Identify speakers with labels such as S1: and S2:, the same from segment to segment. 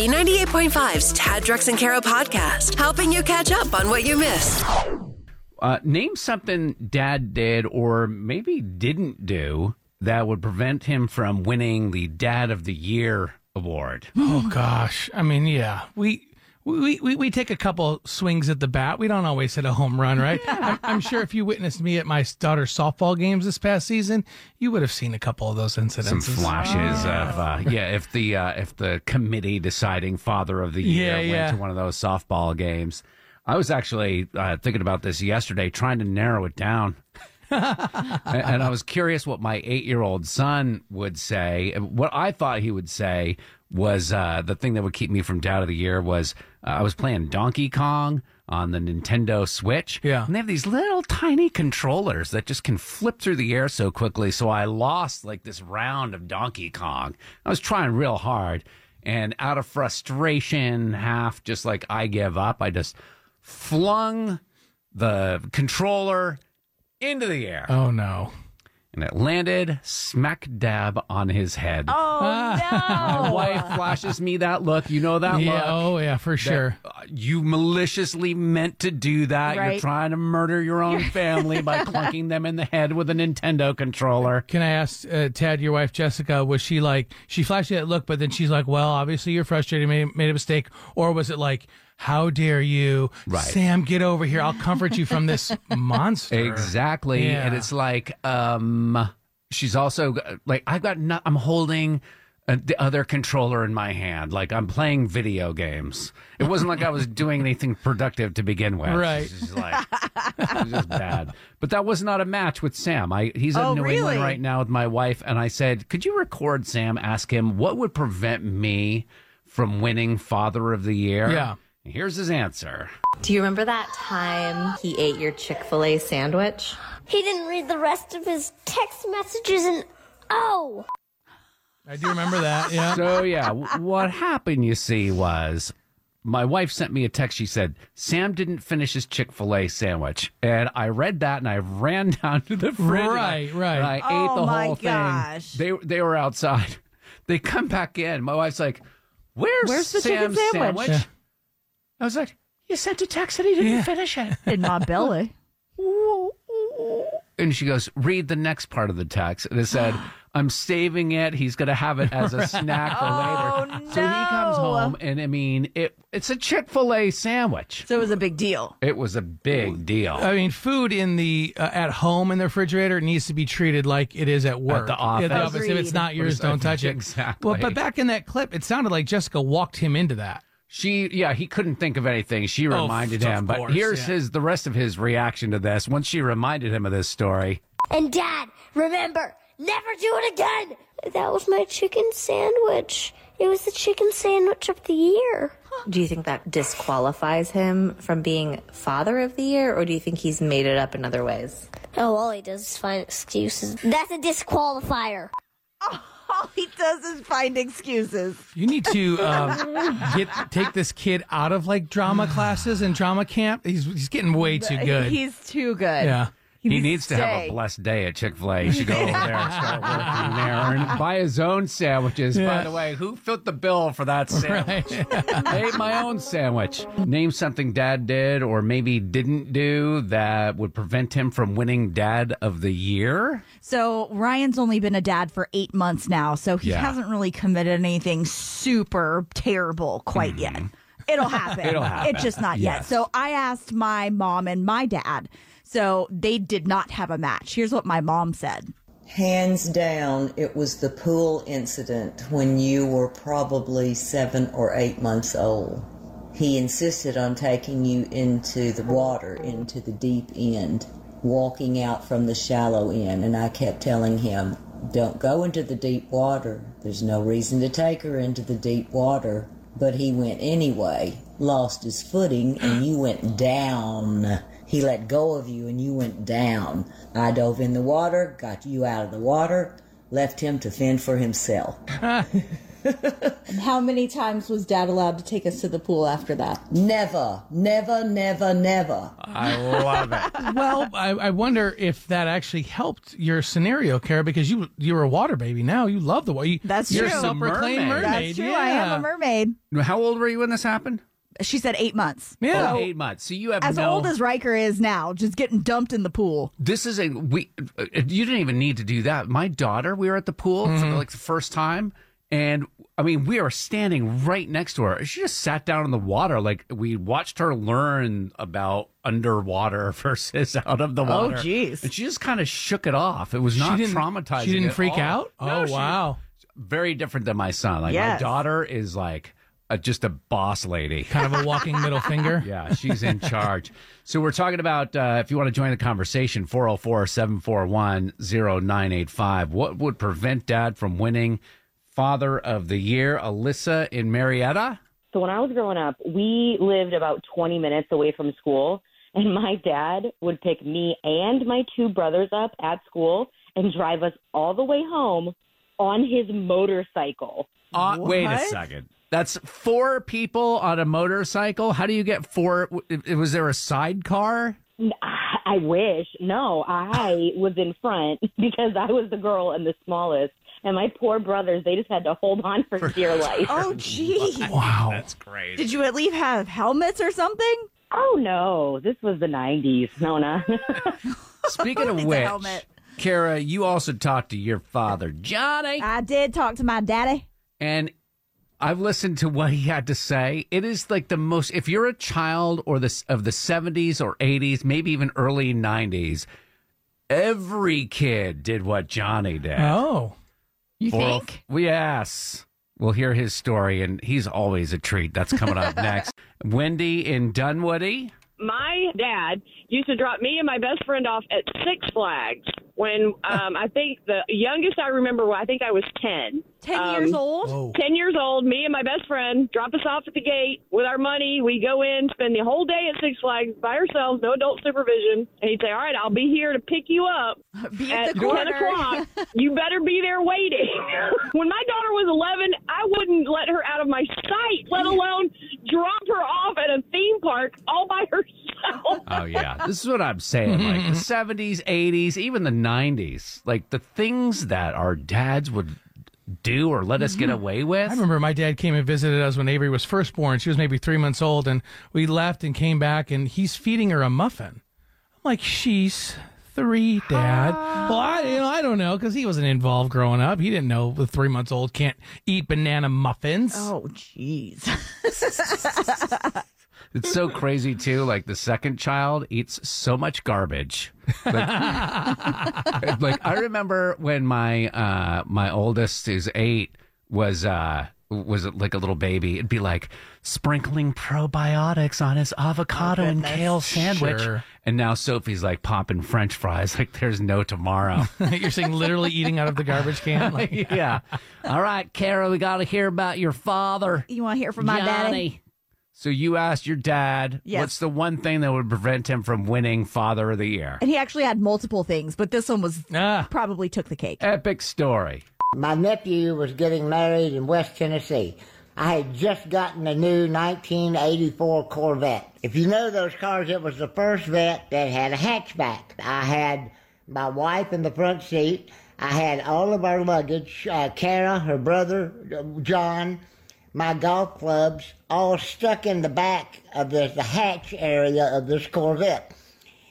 S1: B98.5's Tad Drex and Kara podcast, helping you catch up on what you missed.
S2: Uh, name something dad did or maybe didn't do that would prevent him from winning the Dad of the Year award.
S3: Oh gosh, I mean, yeah, we. We, we, we take a couple swings at the bat. We don't always hit a home run, right? I'm, I'm sure if you witnessed me at my daughter's softball games this past season, you would have seen a couple of those
S2: Some
S3: incidences. Ah.
S2: flashes of uh, yeah, if the uh, if the committee deciding Father of the Year
S3: Yeah,
S2: went
S3: yeah.
S2: to one of those softball games. I was actually uh, thinking about this yesterday, trying to narrow it down. and, and I was curious what my eight year old son would say. What I thought he would say was uh, the thing that would keep me from doubt of the year was uh, I was playing Donkey Kong on the Nintendo Switch.
S3: Yeah.
S2: And they have these little tiny controllers that just can flip through the air so quickly. So I lost like this round of Donkey Kong. I was trying real hard. And out of frustration, half just like I give up, I just flung the controller into the air
S3: Oh no.
S2: and it landed smack dab on his head. Oh no!
S3: Ah.
S2: My wife flashes me that look. You know that
S3: Yeah,
S2: look.
S3: oh yeah, for sure.
S2: Uh, You maliciously meant to do that. You're
S4: Right.
S2: trying to murder your own family by clunking them in the head with a Nintendo controller.
S3: Can I ask uh, Tad, your wife Jessica, was she like she flashed you that look, but then she's like, "Well, obviously you're frustrated, made, made a mistake," or was it like, "How dare you,
S2: Right.
S3: Sam? Get over here. I'll comfort you from this monster."
S2: Exactly.
S3: Yeah.
S2: And it's like, um, she's also like, I've got, no, I'm holding uh, the other controller in my hand. Like I'm playing video games. It wasn't like I was doing anything productive to begin with.
S3: Right.
S2: She's just like, It was just bad. But that was not a match with Sam. I he's in
S4: Oh,
S2: New England
S4: really?
S2: right now with my wife, and I said, "Could you record Sam? Ask him what would prevent me from winning Father of the Year."
S3: Yeah.
S2: And Here's his answer.
S5: Do you remember that time he ate your Chick fil A sandwich?
S6: He didn't read the rest of his text messages and oh!
S3: I do remember that. Yeah.
S2: So yeah, w- what happened? You see, was my wife sent me a text. She said Sam didn't finish his Chick Fil A sandwich, and I read that and I ran down to the fridge. and I-
S3: Right, right.
S2: and I ate
S4: Oh,
S2: the
S4: my
S2: whole
S4: gosh.
S2: thing. They they were outside. They come back in. My wife's like, "Where's,
S4: Where's the chicken
S2: Sam's
S4: sandwich?"
S3: Yeah.
S2: I was like, "You sent a text and he didn't
S3: Yeah.
S2: finish it."
S4: In my belly.
S2: And she goes, read the next part of the text. And it said, I'm saving it. He's going to have it as a snack for later.
S4: Oh,
S2: So he comes
S4: no.
S2: home, and I mean, it it's a Chick fil A sandwich.
S4: So it was a big deal.
S2: It was a big deal.
S3: I mean, food in the uh, at home in the refrigerator needs to be treated like it is at work.
S2: the
S3: Yeah,
S2: office.
S3: If it's not yours, don't touch it.
S2: Exactly.
S3: Well, but back in that clip, it sounded like Jessica walked him into that.
S2: She, yeah, he couldn't think of anything. She
S3: Oh,
S2: reminded
S3: of
S2: him. But
S3: course,
S2: here's
S3: yeah.
S2: his the rest of his reaction to this. Once she reminded him of this story,
S6: And dad, remember, never do it again! That was my chicken sandwich. It was the chicken sandwich of the year.
S5: Do you think that disqualifies him from being father of the year, or do you think he's made it up in other ways?
S6: Oh, all he does is find excuses. That's a disqualifier.
S4: All he does is find excuses.
S3: You need to um, get take this kid out of like drama classes and drama camp. He's he's getting way too good.
S4: He's too good.
S3: yeah.
S2: He needs to have
S4: stay.
S2: a blessed day at Chick Fil A. He should go over there and start working there and buy his own sandwiches. By
S3: Yeah.
S2: the way, who filled the bill for that sandwich? I ate my own sandwich. Name something Dad did or maybe didn't do that would prevent him from winning Dad of the Year.
S7: So Ryan's only been a dad for eight months now, so he
S2: Yeah.
S7: hasn't really committed anything super terrible quite yet. It'll happen.
S2: Mm-hmm. It'll happen.
S7: It's just not yet.
S2: Yes.
S7: So I asked my mom and my dad. So they did not have a match. Here's what my mom said.
S8: Hands down, it was the pool incident when you were probably seven or eight months old. He insisted on taking you into the water, into the deep end, walking out from the shallow end, and I kept telling him, Don't go into the deep water. There's no reason to take her into the deep water. But he went anyway, lost his footing, and you went down. He let go of you and you went down. I dove in the water, got you out of the water. left him to fend for himself.
S9: How many times was dad allowed to take us to the pool after that?
S8: Never, never, never, never.
S2: I love it.
S3: well, I, I wonder if that actually helped your scenario, Kara, because you you're a water baby now. You love the water. You,
S7: That's
S3: you're
S7: true.
S3: a self-proclaimed
S2: Mermaid.
S7: That's
S3: mermaid.
S7: true. I am a mermaid.
S2: How old were you when this happened?
S7: She said eight months.
S3: Yeah.
S2: Oh, eight months. So you have
S7: As
S2: no.
S7: old as Riker is now, just getting dumped in the pool.
S2: this is a we. uh, You didn't even need to do that. My daughter, we were at the pool for
S3: Mm-hmm.
S2: like the first time, and I mean, we are standing right next to her. She just sat down in the water, like we watched her learn about underwater versus out of the water.
S7: jeez.
S2: And she just kind of shook it off. It was not
S3: Oh, didn't-
S2: traumatizing.
S3: she didn't
S2: at
S3: freak
S2: all.
S3: out?
S2: No,
S3: Oh,
S2: she-
S3: wow.
S2: Very different than my son. Like
S7: Yes.
S2: my daughter is like a, just a boss lady.
S3: kind of a walking middle finger.
S2: Yeah, she's in charge. So we're talking about uh, if you want to join the conversation, 404 741 0985. What would prevent dad from winning Father of the Year? Alyssa in Marietta?
S10: So when I was growing up, we lived about 20 minutes away from school, and my dad would pick me and my two brothers up at school and drive us all the way home on his motorcycle.
S2: Uh, wait a second. That's four people on a motorcycle. How do you get four? w- Was there a sidecar?
S10: N- I I wish. No, I was in front because I was the girl and the smallest. And my poor brothers, they just had to hold on for dear life.
S7: Oh, gee.
S3: Wow.
S2: great.
S7: Did you at least have helmets or something?
S10: Oh, no. This was the 90s, Nona.
S2: Speaking of
S7: It's a
S2: which,
S7: helmet.
S2: Kara, you also talked to your father, Johnny.
S7: I did talk to my daddy.
S2: and I've listened to what he had to say. It is like the most. If you're a child or this of the 70s or 80s, maybe even early 90s, every kid did what Johnny did.
S3: Oh.
S7: Uh, You
S2: Or-
S7: think?
S2: Yes. We'll hear his story, and he's always a treat. That's coming up next. Wendy in Dunwoody.
S10: my dad used to drop me and my best friend off at Six Flags when um, I think the youngest I remember, I think I was 10.
S7: 10
S10: Um,
S7: years old?
S3: Whoa.
S10: 10 years old, me and my best friend drop us off at the gate with our money. We go in, spend the whole day at Six Flags by ourselves, no adult supervision. And he'd say, All right, I'll be here to pick you up
S7: Be
S10: at
S7: at the
S10: 10
S7: corner.
S10: o'clock. you better be there waiting. when my daughter was 11, I wouldn't let her out of my sight, let alone drop her off at a theme park all by herself.
S2: Oh yeah, this is what I'm saying. Like the '70s, '80s, even the '90s. Like the things that our dads would do or let us get
S7: Mm-hmm.
S2: away with.
S3: I remember my dad came and visited us when Avery was first born. She was maybe three months old, and we left and came back, and he's feeding her a muffin. I'm like, she's three, Dad.
S7: Ah.
S3: Well, I, you know, I don't know because he wasn't involved growing up. He didn't know the three months old can't eat banana muffins.
S7: Oh, jeez.
S2: It's so crazy too. Like the second child eats so much garbage. Like, like, I remember when my uh my oldest, who's eight, was uh was like a little baby. It'd be like sprinkling probiotics on his avocado and kale sandwich.
S3: Sure.
S2: And now Sophie's like popping French fries. Like there's no tomorrow.
S3: You're saying literally eating out of the garbage can? Like,
S2: yeah. All right, Kara, we got to hear about your father.
S7: You want to hear from my daddy?
S2: So you asked your dad,
S7: Yes.
S2: what's the one thing that would prevent him from winning Father of the Year?
S7: And he actually had multiple things, but this one was
S3: ah,
S7: probably took the cake.
S2: Epic story.
S11: My nephew was getting married in West Tennessee. I had just gotten a new 1984 Corvette. If you know those cars, it was the first Vet that had a hatchback. I had my wife in the front seat. I had all of our luggage, uh, Kara, her brother, uh, John, my golf clubs, all stuck in the back of this, the hatch area of this Corvette.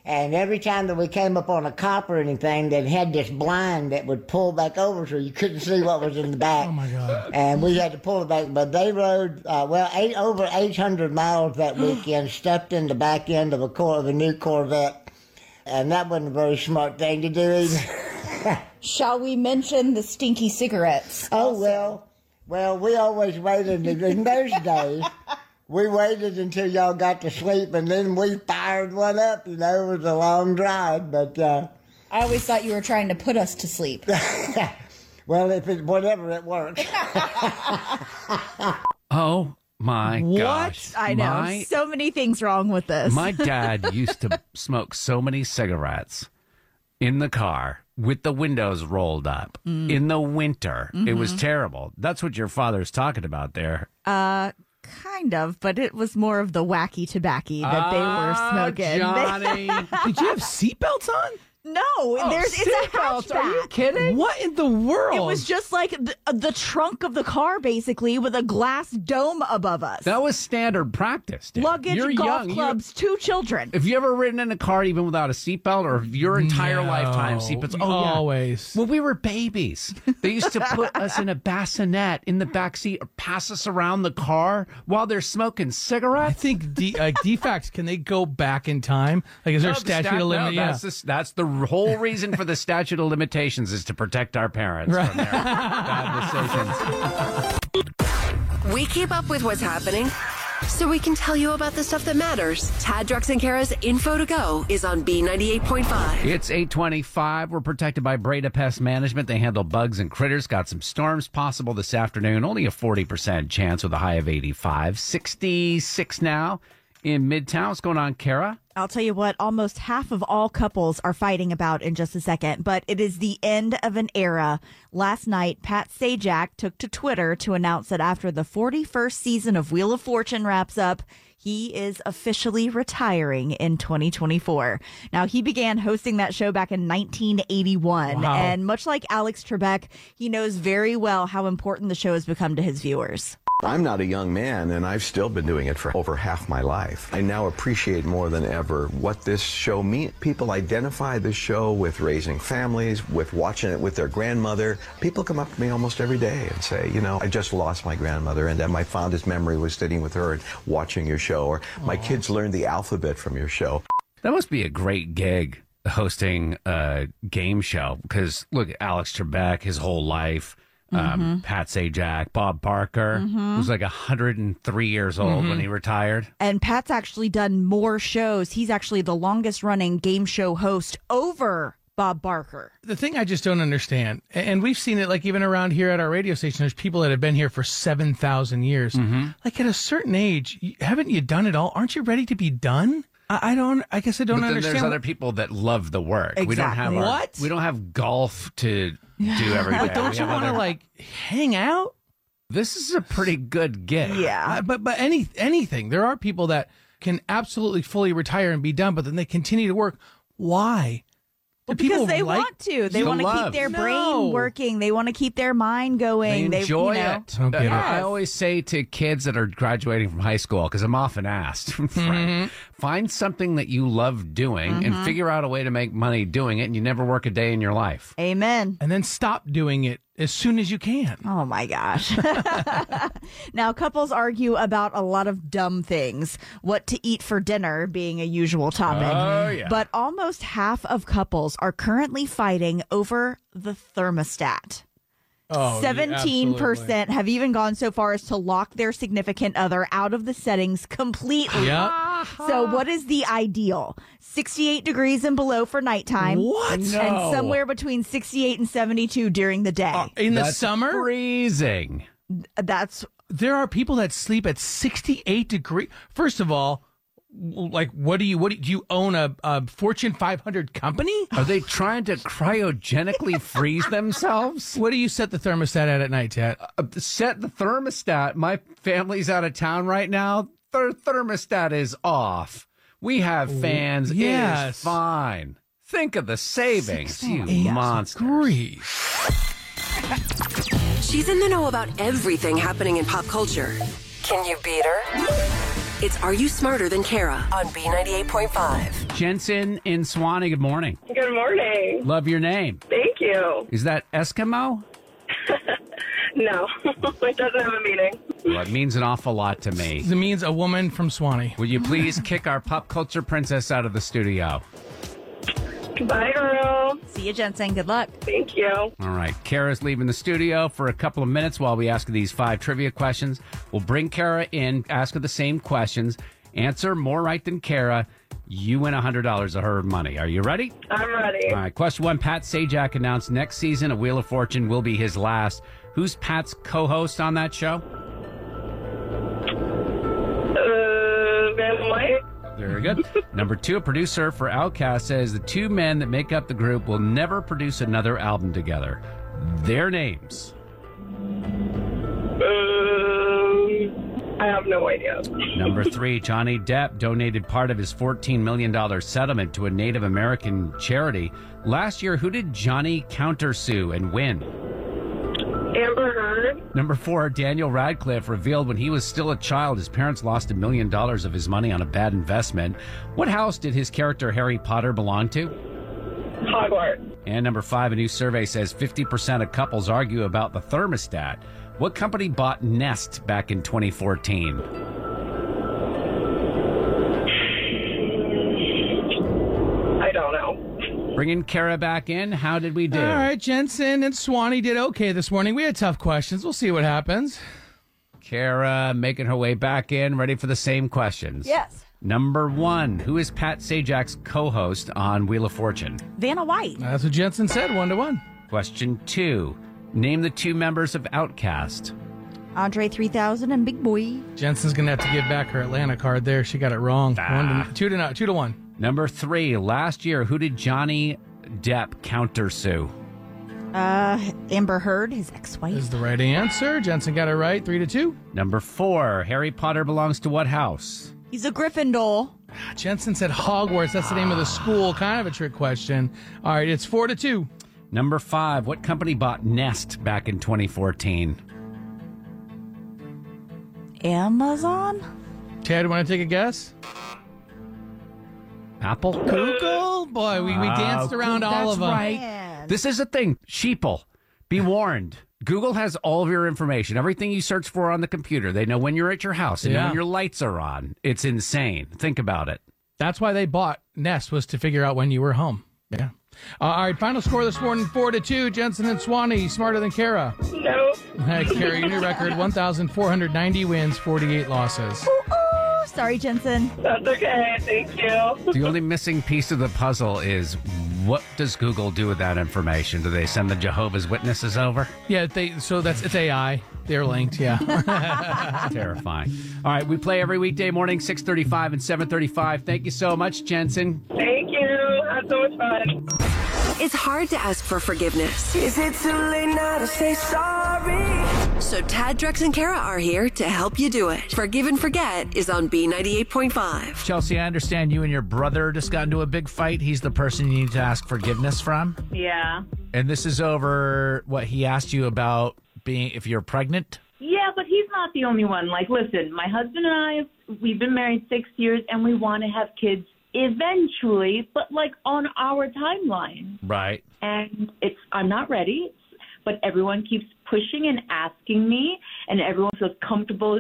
S11: And every time that we came up on a cop or anything, they had this blind that would pull back over so you couldn't see what was in the back.
S3: oh my god.
S11: And we had to pull it back. But they rode, uh, well, eight, over 800 miles that weekend, stuffed in the back end of a, cor- of a new Corvette. And that wasn't a very smart thing to do either.
S9: Shall we mention the stinky cigarettes?
S11: Oh well, well we always waited in, in those days. We waited until y'all got to sleep, and then we fired one up. You know, it was a long drive, but uh,
S9: I always thought you were trying to put us to sleep.
S11: well, if it whatever it works.
S2: Oh my
S3: What?
S2: gosh.
S7: I know.
S2: My,
S7: so many things wrong with this.
S2: my dad used to smoke so many cigarettes in the car with the windows rolled up
S7: Mm.
S2: in the winter. It was
S7: Mhm.
S2: terrible. That's what your father's talking about there.
S7: Uh, kind of, but it was more of the wacky tobacco that they were
S2: Ah,
S7: smoking.
S2: Johnny. Oh,
S3: Did you have seatbelts on?
S7: No, Oh, there's it's a
S3: seatbelts.
S7: hatchback.
S3: Oh, Are you kidding? What in the world?
S7: It was just like the, the trunk of the car, basically, with a glass dome above us.
S2: That was standard practice. dude.
S7: Luggage,
S2: You're
S7: golf
S2: young. You-
S7: clubs, two children.
S2: Have you ever ridden in a car even without a seatbelt or your entire
S3: No.
S2: lifetime seatbelts?
S3: Always.
S2: When we were babies, they used to put us in a bassinet in the backseat or pass us around the car while they're smoking cigarettes. I
S3: think D, like defects can they go back in time? Like is there
S2: No,
S3: a
S2: the
S3: statute
S2: stat-
S3: of
S2: no,
S3: limitations?
S2: that's, the, s- that's the whole reason for the statute of limitations is to protect our parents from their bad decisions.
S1: We keep up with what's happening so we can tell you about the stuff that matters. Tad, Drex, and Kara's info to go is on B98.5.
S2: It's 825. We're protected by Breda Pest Management. They handle bugs and critters. Got some storms possible this afternoon. Only a 40% chance with a high of 85. 66 now in Midtown. What's going on, Kara?
S7: I'll tell you what, almost half of all couples are fighting about in just a second, but it is the end of an era. Last night, Pat Sajak took to Twitter to announce that after the 41st season of Wheel of Fortune wraps up, he is officially retiring in 2024. Now, he began hosting that show back in 1981,
S12: Wow.
S7: and much like Alex Trebek, he knows very well how important the show has become to his viewers.
S13: I'm not a young man, and I've still been doing it for over half my life. I now appreciate more than ever what this show means. People identify this show with raising families, with watching it with their grandmother. People come up to me almost every day and say, you know, I just lost my grandmother, and that my fondest memory was sitting with her and watching your show, or my kids learned the alphabet from your show.
S2: That must be a great gig hosting a game show because look, Alex Trebek, his whole life,
S3: Mm-hmm.
S2: um, Pat Sajak, Bob Barker
S7: Mhm.
S2: was like 103 years old when
S3: Mm-hmm.
S7: Mhm.
S2: he retired.
S7: And Pat's actually done more shows. He's actually the longest running game show host over Bob Barker.
S3: the thing I just don't understand, a- and we've seen it like even around here at our radio station, there's people that have been here for 7,000 years.
S2: Mm-hmm.
S3: Like at a certain age, y- haven't you done it all? Aren't you ready to be done? I, I don't, I guess I don't
S2: but then
S3: understand.
S2: there's other people that love the work. We don't have
S3: Exactly.
S2: our-
S3: What?
S2: we don't have golf to do every day.
S3: But don't
S2: We
S3: you
S2: have
S3: want to
S2: other-
S3: like hang out?
S2: This is a pretty good gig.
S3: Yeah, but but any anything. There are people that can absolutely fully retire and be done, but then they continue to work. Why? Do people
S7: because they
S3: like-
S7: want to. They
S3: You
S7: want to
S3: love.
S7: keep their
S3: No.
S7: brain working. They want to keep their mind going.
S2: They enjoy
S7: you know.
S3: Oh,
S2: it. Uh, I always say to kids that are graduating from high school, because I'm often asked, Frank,
S3: Mm-hmm.
S2: find something that you love doing and
S3: Mhm.
S2: figure out a way to make money doing it, and you never work a day in your life.
S7: Amen.
S3: And then stop doing it as soon as you can.
S7: Oh my gosh. Now, couples argue about a lot of dumb things, what to eat for dinner being a usual topic.
S12: Oh, yeah.
S7: But almost half of couples are currently fighting over the thermostat.
S12: Oh, yeah,
S7: Seventeen percent
S12: absolutely.
S7: have even gone so far as to lock their significant other out of the settings completely.
S12: Yep.
S7: So, what is the ideal? Sixty-eight degrees and below for nighttime.
S12: What?
S7: And
S12: No.
S7: somewhere between sixty-eight and seventy-two during the day.
S3: Uh, in the summer
S2: freezing
S7: that's
S3: there are people that sleep at 68 degree first of all w- like what do you what do you, do you own a, a fortune 500 company
S2: are they trying to cryogenically freeze themselves Uh,
S3: what do you set the thermostat at at night ted
S2: set the thermostat. My family's out of town right now. Their thermostat is off. We have fans. It is
S3: yes.
S2: fine. Think of the savings, you monster.
S1: She's in the know about everything happening in pop culture. Can you beat her? It's Are You Smarter Than Kara on B98.5.
S2: Jensen in Swanee, good morning.
S14: Good morning.
S2: Love your name.
S14: Thank you.
S2: Is that Eskimo?
S14: No, it doesn't have a meaning.
S2: Well, it means an awful lot to me.
S3: it means a woman from swanee
S2: Will you please kick our pop culture princess out of the studio?
S7: Bye, girl. See you, Jensen. Good luck.
S14: Thank you.
S2: All right, Kara's leaving the studio for a couple of minutes while we ask her these five trivia questions. We'll bring Kara in, ask her the same questions, answer more right than Kara. You win $100 of her money. Are you ready?
S14: I'm ready.
S2: All right, question one Pat Sajak announced next season of Wheel of Fortune will be his last. Who's Pat's co host on that show?
S14: Uh, Van White?
S2: Very good. Number two, a producer for Outcast says the two men that make up the group will never produce another album together. Their names.
S14: Um, I have no idea.
S2: Number three, Johnny Depp donated part of his $14 million settlement to a Native American charity. Last year, who did Johnny countersue and win?
S14: Amber Heard.
S2: Number four, Daniel Radcliffe revealed when he was still a child his parents lost a million dollars of his money on a bad investment. What house did his character Harry Potter belong to?
S14: Hogwarts.
S2: And number five, a new survey says 50% of couples argue about the thermostat. What company bought Nest back in 2014?
S14: I don't know.
S2: Bringing Kara back in, how did we do?
S3: All right, Jensen and Swanee did okay this morning. We had tough questions. We'll see what happens.
S2: Kara making her way back in, ready for the same questions.
S7: Yes.
S2: Number one, who is Pat Sajak's co host on Wheel of Fortune?
S7: Vanna White.
S3: That's what Jensen said, one to one.
S2: Question two, name the two members of Outcast.
S7: Andre 3000 and Big Boy.
S3: Jensen's gonna have to give back her Atlanta card there. She got it wrong. One to, two to no- two to one.
S2: Ah. Number three, last year, who did Johnny Depp countersue?
S7: Uh, Amber Heard, his ex
S3: Is
S7: wife.
S3: the right answer. Jensen got it right. Three to two.
S2: Number four, Harry Potter belongs to what house?
S7: He's a Gryffindor.
S3: Ah, Jensen said Hogwarts. That's the name of the school. Kind of a trick question. All right, it's four to two.
S2: Number five, what company bought Nest back in 2014?
S7: Amazon?
S3: Ted, want to take a guess?
S2: Apple?
S3: Google? Boy, we, we
S2: Ah,
S3: danced around
S2: Google-
S3: all
S2: that's
S3: of them.
S2: right. This is a thing. Sheeple, be warned. Google has all of your information, everything you search for on the computer. They know when you're at your house. They know
S3: Yeah.
S2: when your lights are on. It's insane. Think about it.
S3: That's why they bought Nest was to figure out when you were home. Yeah. Uh, all right, final score this morning: four to two. Jensen and Swanee smarter than Kara.
S14: No.
S3: Kara, your new record: one thousand four hundred ninety wins, forty-eight losses.
S7: Oh, sorry, Jensen.
S14: That's okay. Thank you.
S2: The only missing piece of the puzzle is what does Google do with that information? Do they send the Jehovah's Witnesses over?
S3: Yeah, they. So that's it's AI. They're linked. Yeah.
S2: Terrifying. All right, we play every weekday morning, 635 and 735. Thank you so much, Jensen.
S14: Thank you. Had so much fun.
S1: It's hard to ask for forgiveness. Is it too late now to say sorry? So Tad, Drex, and Kara are here to help you do it. Forgive and Forget is on B98.5.
S2: Chelsea, I understand you and your brother just got into a big fight. He's the person you need to ask forgiveness from.
S12: Yeah.
S2: And this is over what he asked you about being if you're pregnant.
S12: Yeah, but he's not the only one. Like, listen, my husband and I, we've been married six years and we want to have kids eventually, but like on our timeline.
S2: Right.
S12: And it's, I'm not ready, but everyone keeps pushing and asking me, and everyone feels comfortable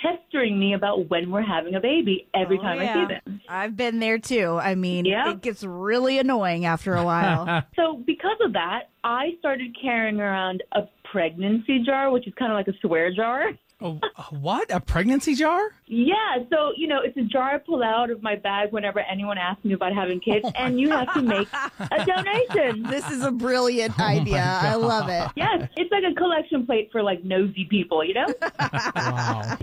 S12: pestering me about when we're having a baby every time I see them.
S7: Oh, I've been there too. I mean,
S12: Yeah.
S7: it gets really annoying after a while.
S12: so because of that, I started carrying around a pregnancy jar, which is kind of like a swear jar.
S3: oh, what? A pregnancy jar?
S12: Yeah, so you know, it's a jar I pull out of my bag whenever anyone asks me about having
S3: Oh
S12: kids, and you have to make a donation.
S7: This is a brilliant
S3: Oh
S7: idea. I love it.
S12: Yes, it's like a collection plate for like nosy people, you know.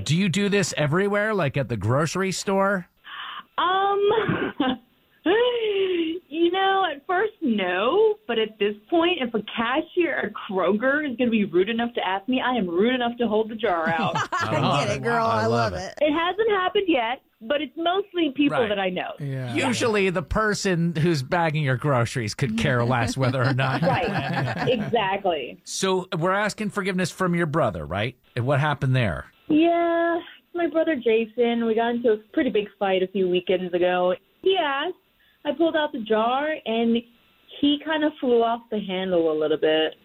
S2: Do you do this everywhere, like at the grocery store?
S12: um, you know, at first no, but at this point, if a cashier at Kroger is going to be rude enough to ask me, I am rude enough to hold the jar out.
S2: I get it, girl. I, love, it.
S12: it hasn't happened yet, but it's mostly people
S2: Right.
S12: that I know.
S3: Yeah.
S2: Usually, the person who's bagging your groceries could care less whether or not.
S12: Right. exactly.
S2: So we're asking forgiveness from your brother, right? And what happened there?
S12: Yeah, my brother Jason. We got into a pretty big fight a few weekends ago. He asked. I pulled out the jar, and he kind of flew off the handle a little bit.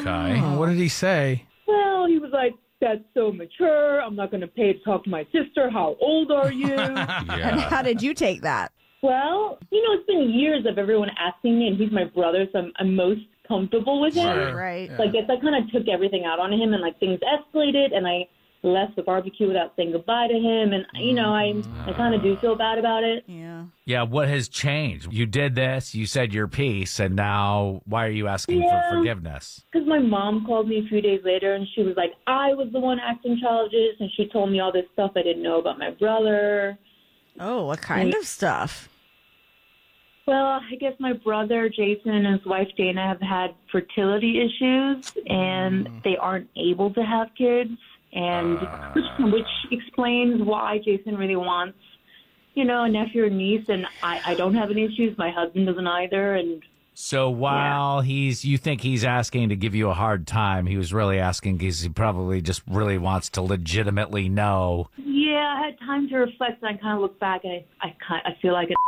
S2: Okay.
S3: Oh, what did he say?
S12: Well, he was like, "That's so mature. I'm not going to pay to talk to my sister. How old are you?"
S7: How did you take that?
S12: well, you know, it's been years of everyone asking me, and he's my brother, so I'm, I'm most comfortable with him.
S7: Sure, right.
S12: So I guess I kind of took everything out on him, and like things escalated, and I left the barbecue without saying goodbye to him, and you know, I I kind of do feel bad about it.
S7: Yeah.
S2: Yeah, what has changed? You did this, you said your piece, and now why are you asking
S12: Yeah.
S2: for forgiveness?
S12: Because my mom called me a few days later and she was like, I was the one acting childish, and she told me all this stuff I didn't know about my brother.
S7: Oh, what kind of stuff?
S12: Well, I guess my brother Jason and his wife Dana have had fertility issues and they aren't able to have kids and which explains why Jason really wants, you know, a nephew or niece and I, I don't have any issues, my husband doesn't either and
S2: So while he's, you think he's asking to give you a hard time, he was really asking because he probably just really wants to legitimately know.
S12: yeah, I had time to reflect and I kinda look back and I, I kind I feel like a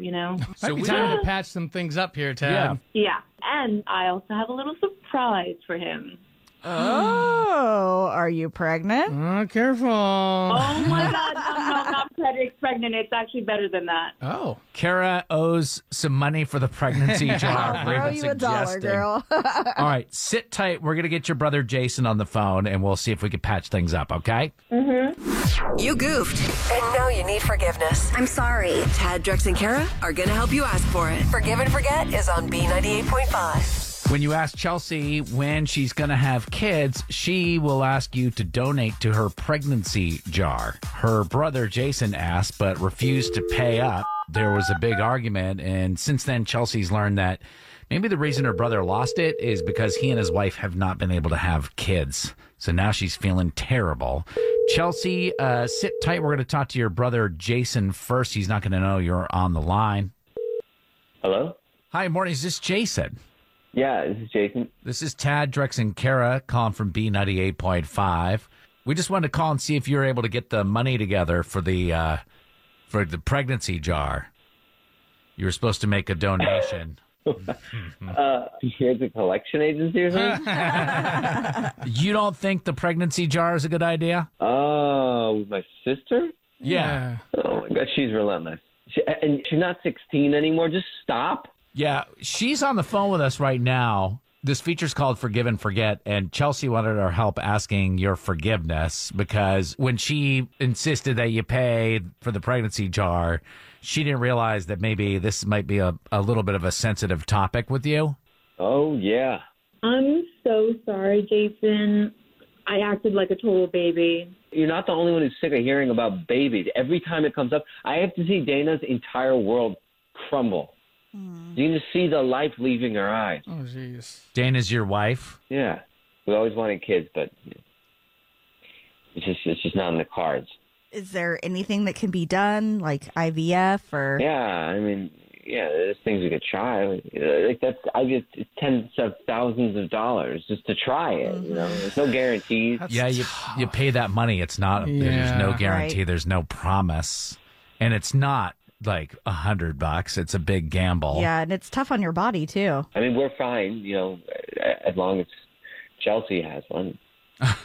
S12: you know.
S3: Might be time to patch some things up here, Tad.
S12: Yeah, and I also have a little surprise for him.
S7: Oh, are you pregnant?
S3: careful.
S12: Oh my God! No, no, I'm not pre- pregnant. It's actually better than that.
S3: Oh.
S2: Kara owes some money for the pregnancy jar.
S12: I'll
S2: we've
S12: throw
S2: been
S12: you a dollar,
S2: suggesting.
S12: girl.
S2: All right, sit tight. We're going to get your brother Jason on the phone and we'll see if we can patch things up, okay?
S1: Mm-hmm. You goofed. And now you need forgiveness. I'm sorry. Tad, Drex, and Kara are going to help you ask for it. Forgive and Forget is on B98.5.
S2: When you ask Chelsea when she's going to have kids, she will ask you to donate to her pregnancy jar. Her brother Jason asked but refused to pay up. There was a big argument, and since then, Chelsea's learned that maybe the reason her brother lost it is because he and his wife have not been able to have kids. So now she's feeling terrible. Chelsea, uh, sit tight. We're going to talk to your brother Jason first. He's not going to know you're on the line.
S15: Hello?
S2: Hi, morning. Is this Jason?
S15: Yeah, this is Jason.
S2: This is Tad, Drex, and Kara calling from B98.5. We just wanted to call and see if you're able to get the money together for the uh, for the pregnancy jar. You were supposed to make a donation.
S15: Uh, here's a collection agency or something?
S2: you don't think the pregnancy jar is a good idea?
S15: Oh, with my sister?
S2: Yeah.
S15: Oh my God, she's relentless. She, and she's not 16 anymore. Just stop.
S2: Yeah, she's on the phone with us right now. This feature's called Forgive and Forget, and Chelsea wanted our help asking your forgiveness because when she insisted that you pay for the pregnancy jar, she didn't realize that maybe this might be a, a little bit of a sensitive topic with you.
S15: Oh, yeah.
S12: I'm so sorry, Jason. I acted like a total baby.
S15: You're not the only one who's sick of hearing about babies. Every time it comes up, I have to see Dana's entire world crumble. You can just see the life leaving her eyes.
S3: Oh, jeez.
S2: Dana's your wife?
S15: Yeah. We always wanted kids, but it's just, it's just not in the cards.
S7: Is there anything that can be done, like IVF or?
S15: Yeah, I mean, yeah, there's things we could try. Like that's, I get tens of thousands of dollars just to try it. You know, there's no guarantees.
S2: yeah, you you pay that money. It's not there's
S15: Yeah.
S2: no guarantee.
S15: Right.
S2: There's no promise, and it's not like a hundred bucks. It's a big gamble.
S7: Yeah, and it's tough on your body too.
S15: I mean, we're fine. You know, as long as Chelsea has one.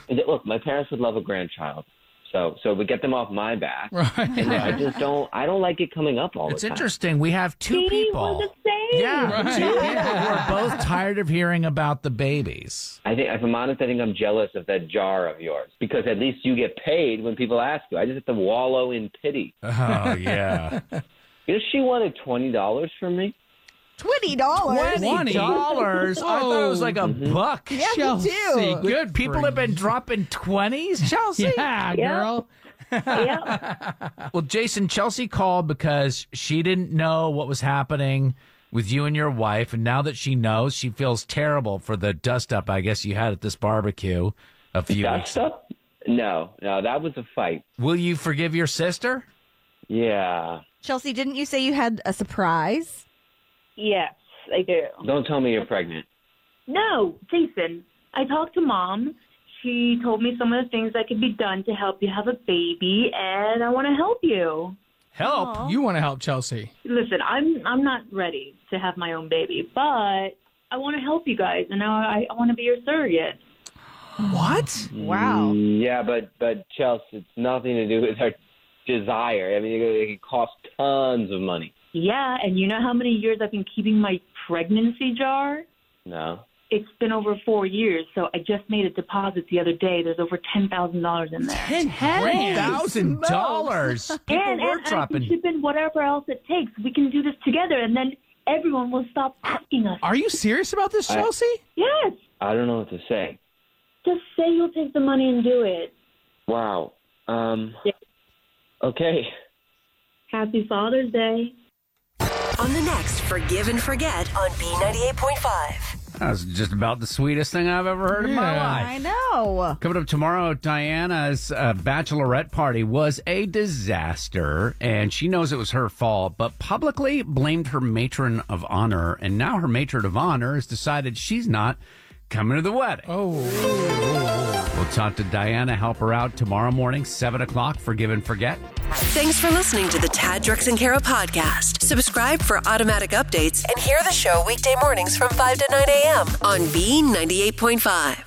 S15: Look, my parents would love a grandchild. So, so we get them off my back. Right. And I just don't. I don't like it coming up all
S2: It's
S15: the time.
S2: interesting. We have two people. Yeah,
S15: Right.
S2: two people who are both tired of hearing about the babies.
S15: I think, if I'm honest, I think I'm jealous of that jar of yours because at least you get paid when people ask you. I just have to wallow in pity.
S2: Oh yeah.
S15: You know, she wanted twenty dollars from me.
S7: Twenty dollars.
S2: Twenty dollars. I thought it was like a
S15: Mhm.
S2: buck.
S7: Yeah, you do.
S2: Chelsea, Good. People have been dropping twenties. Chelsea.
S3: Yeah, girl.
S2: Well, Jason, Chelsea called because she didn't know what was happening with you and your wife, and now that she knows, she feels terrible for the dust up. I guess you had at this barbecue a few weeks.
S15: up? No, no, that was a fight.
S2: Will you forgive your sister?
S15: Yeah.
S7: Chelsea, didn't you say you had a surprise?
S12: Yes, I do.
S15: Don't tell me you're pregnant.
S12: No, Jason, I talked to mom. She told me some of the things that could be done to help you have a baby, and I want to help you.
S3: Help.
S12: Aw.
S3: You want to help Chelsea.
S12: Listen, I'm I'm not ready to have my own baby, but I want to help you guys, and I, I want to be your surrogate.
S7: What?
S15: Wow. Yeah, but but Chelsea, it's nothing to do with her desire. I mean, it, it costs tons of money.
S12: Yeah, and you know how many years I've been keeping my pregnancy jar?
S15: No.
S12: It's been over four years, so I just made a deposit the other day. There's over ten thousand dollars in there.
S2: Ten thousand dollars. People
S12: and, uh,
S2: were
S12: and I
S2: dropping.
S12: can chip in whatever else it takes. We can do this together, and then everyone will stop asking us.
S3: Are you serious about this,
S15: I-
S3: Chelsea?
S12: Yes.
S15: I don't know what to say.
S12: Just say you'll take the money and do it.
S15: Wow. Um. Okay.
S12: Happy Father's Day.
S1: On the next Forgive and Forget on B98.5.
S2: That's just about the sweetest thing I've ever heard in my life.
S7: Oh, I know.
S2: Coming up tomorrow, Diana's uh, bachelorette party was a disaster, and she knows it was her fault, but publicly blamed her matron of honor. And now her matron of honor has decided she's not coming to the wedding. Oh. We'll talk to Diana, help her out tomorrow morning, 7 o'clock, Forgive and Forget.
S1: Thanks for listening to the Tad Drex and Kara podcast. Subscribe for automatic updates and hear the show weekday mornings from 5 to 9 a.m. on B98.5.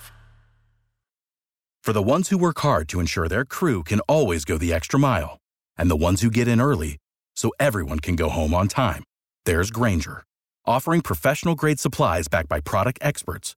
S16: For the ones who work hard to ensure their crew can always go the extra mile, and the ones who get in early so everyone can go home on time, there's Granger, offering professional grade supplies backed by product experts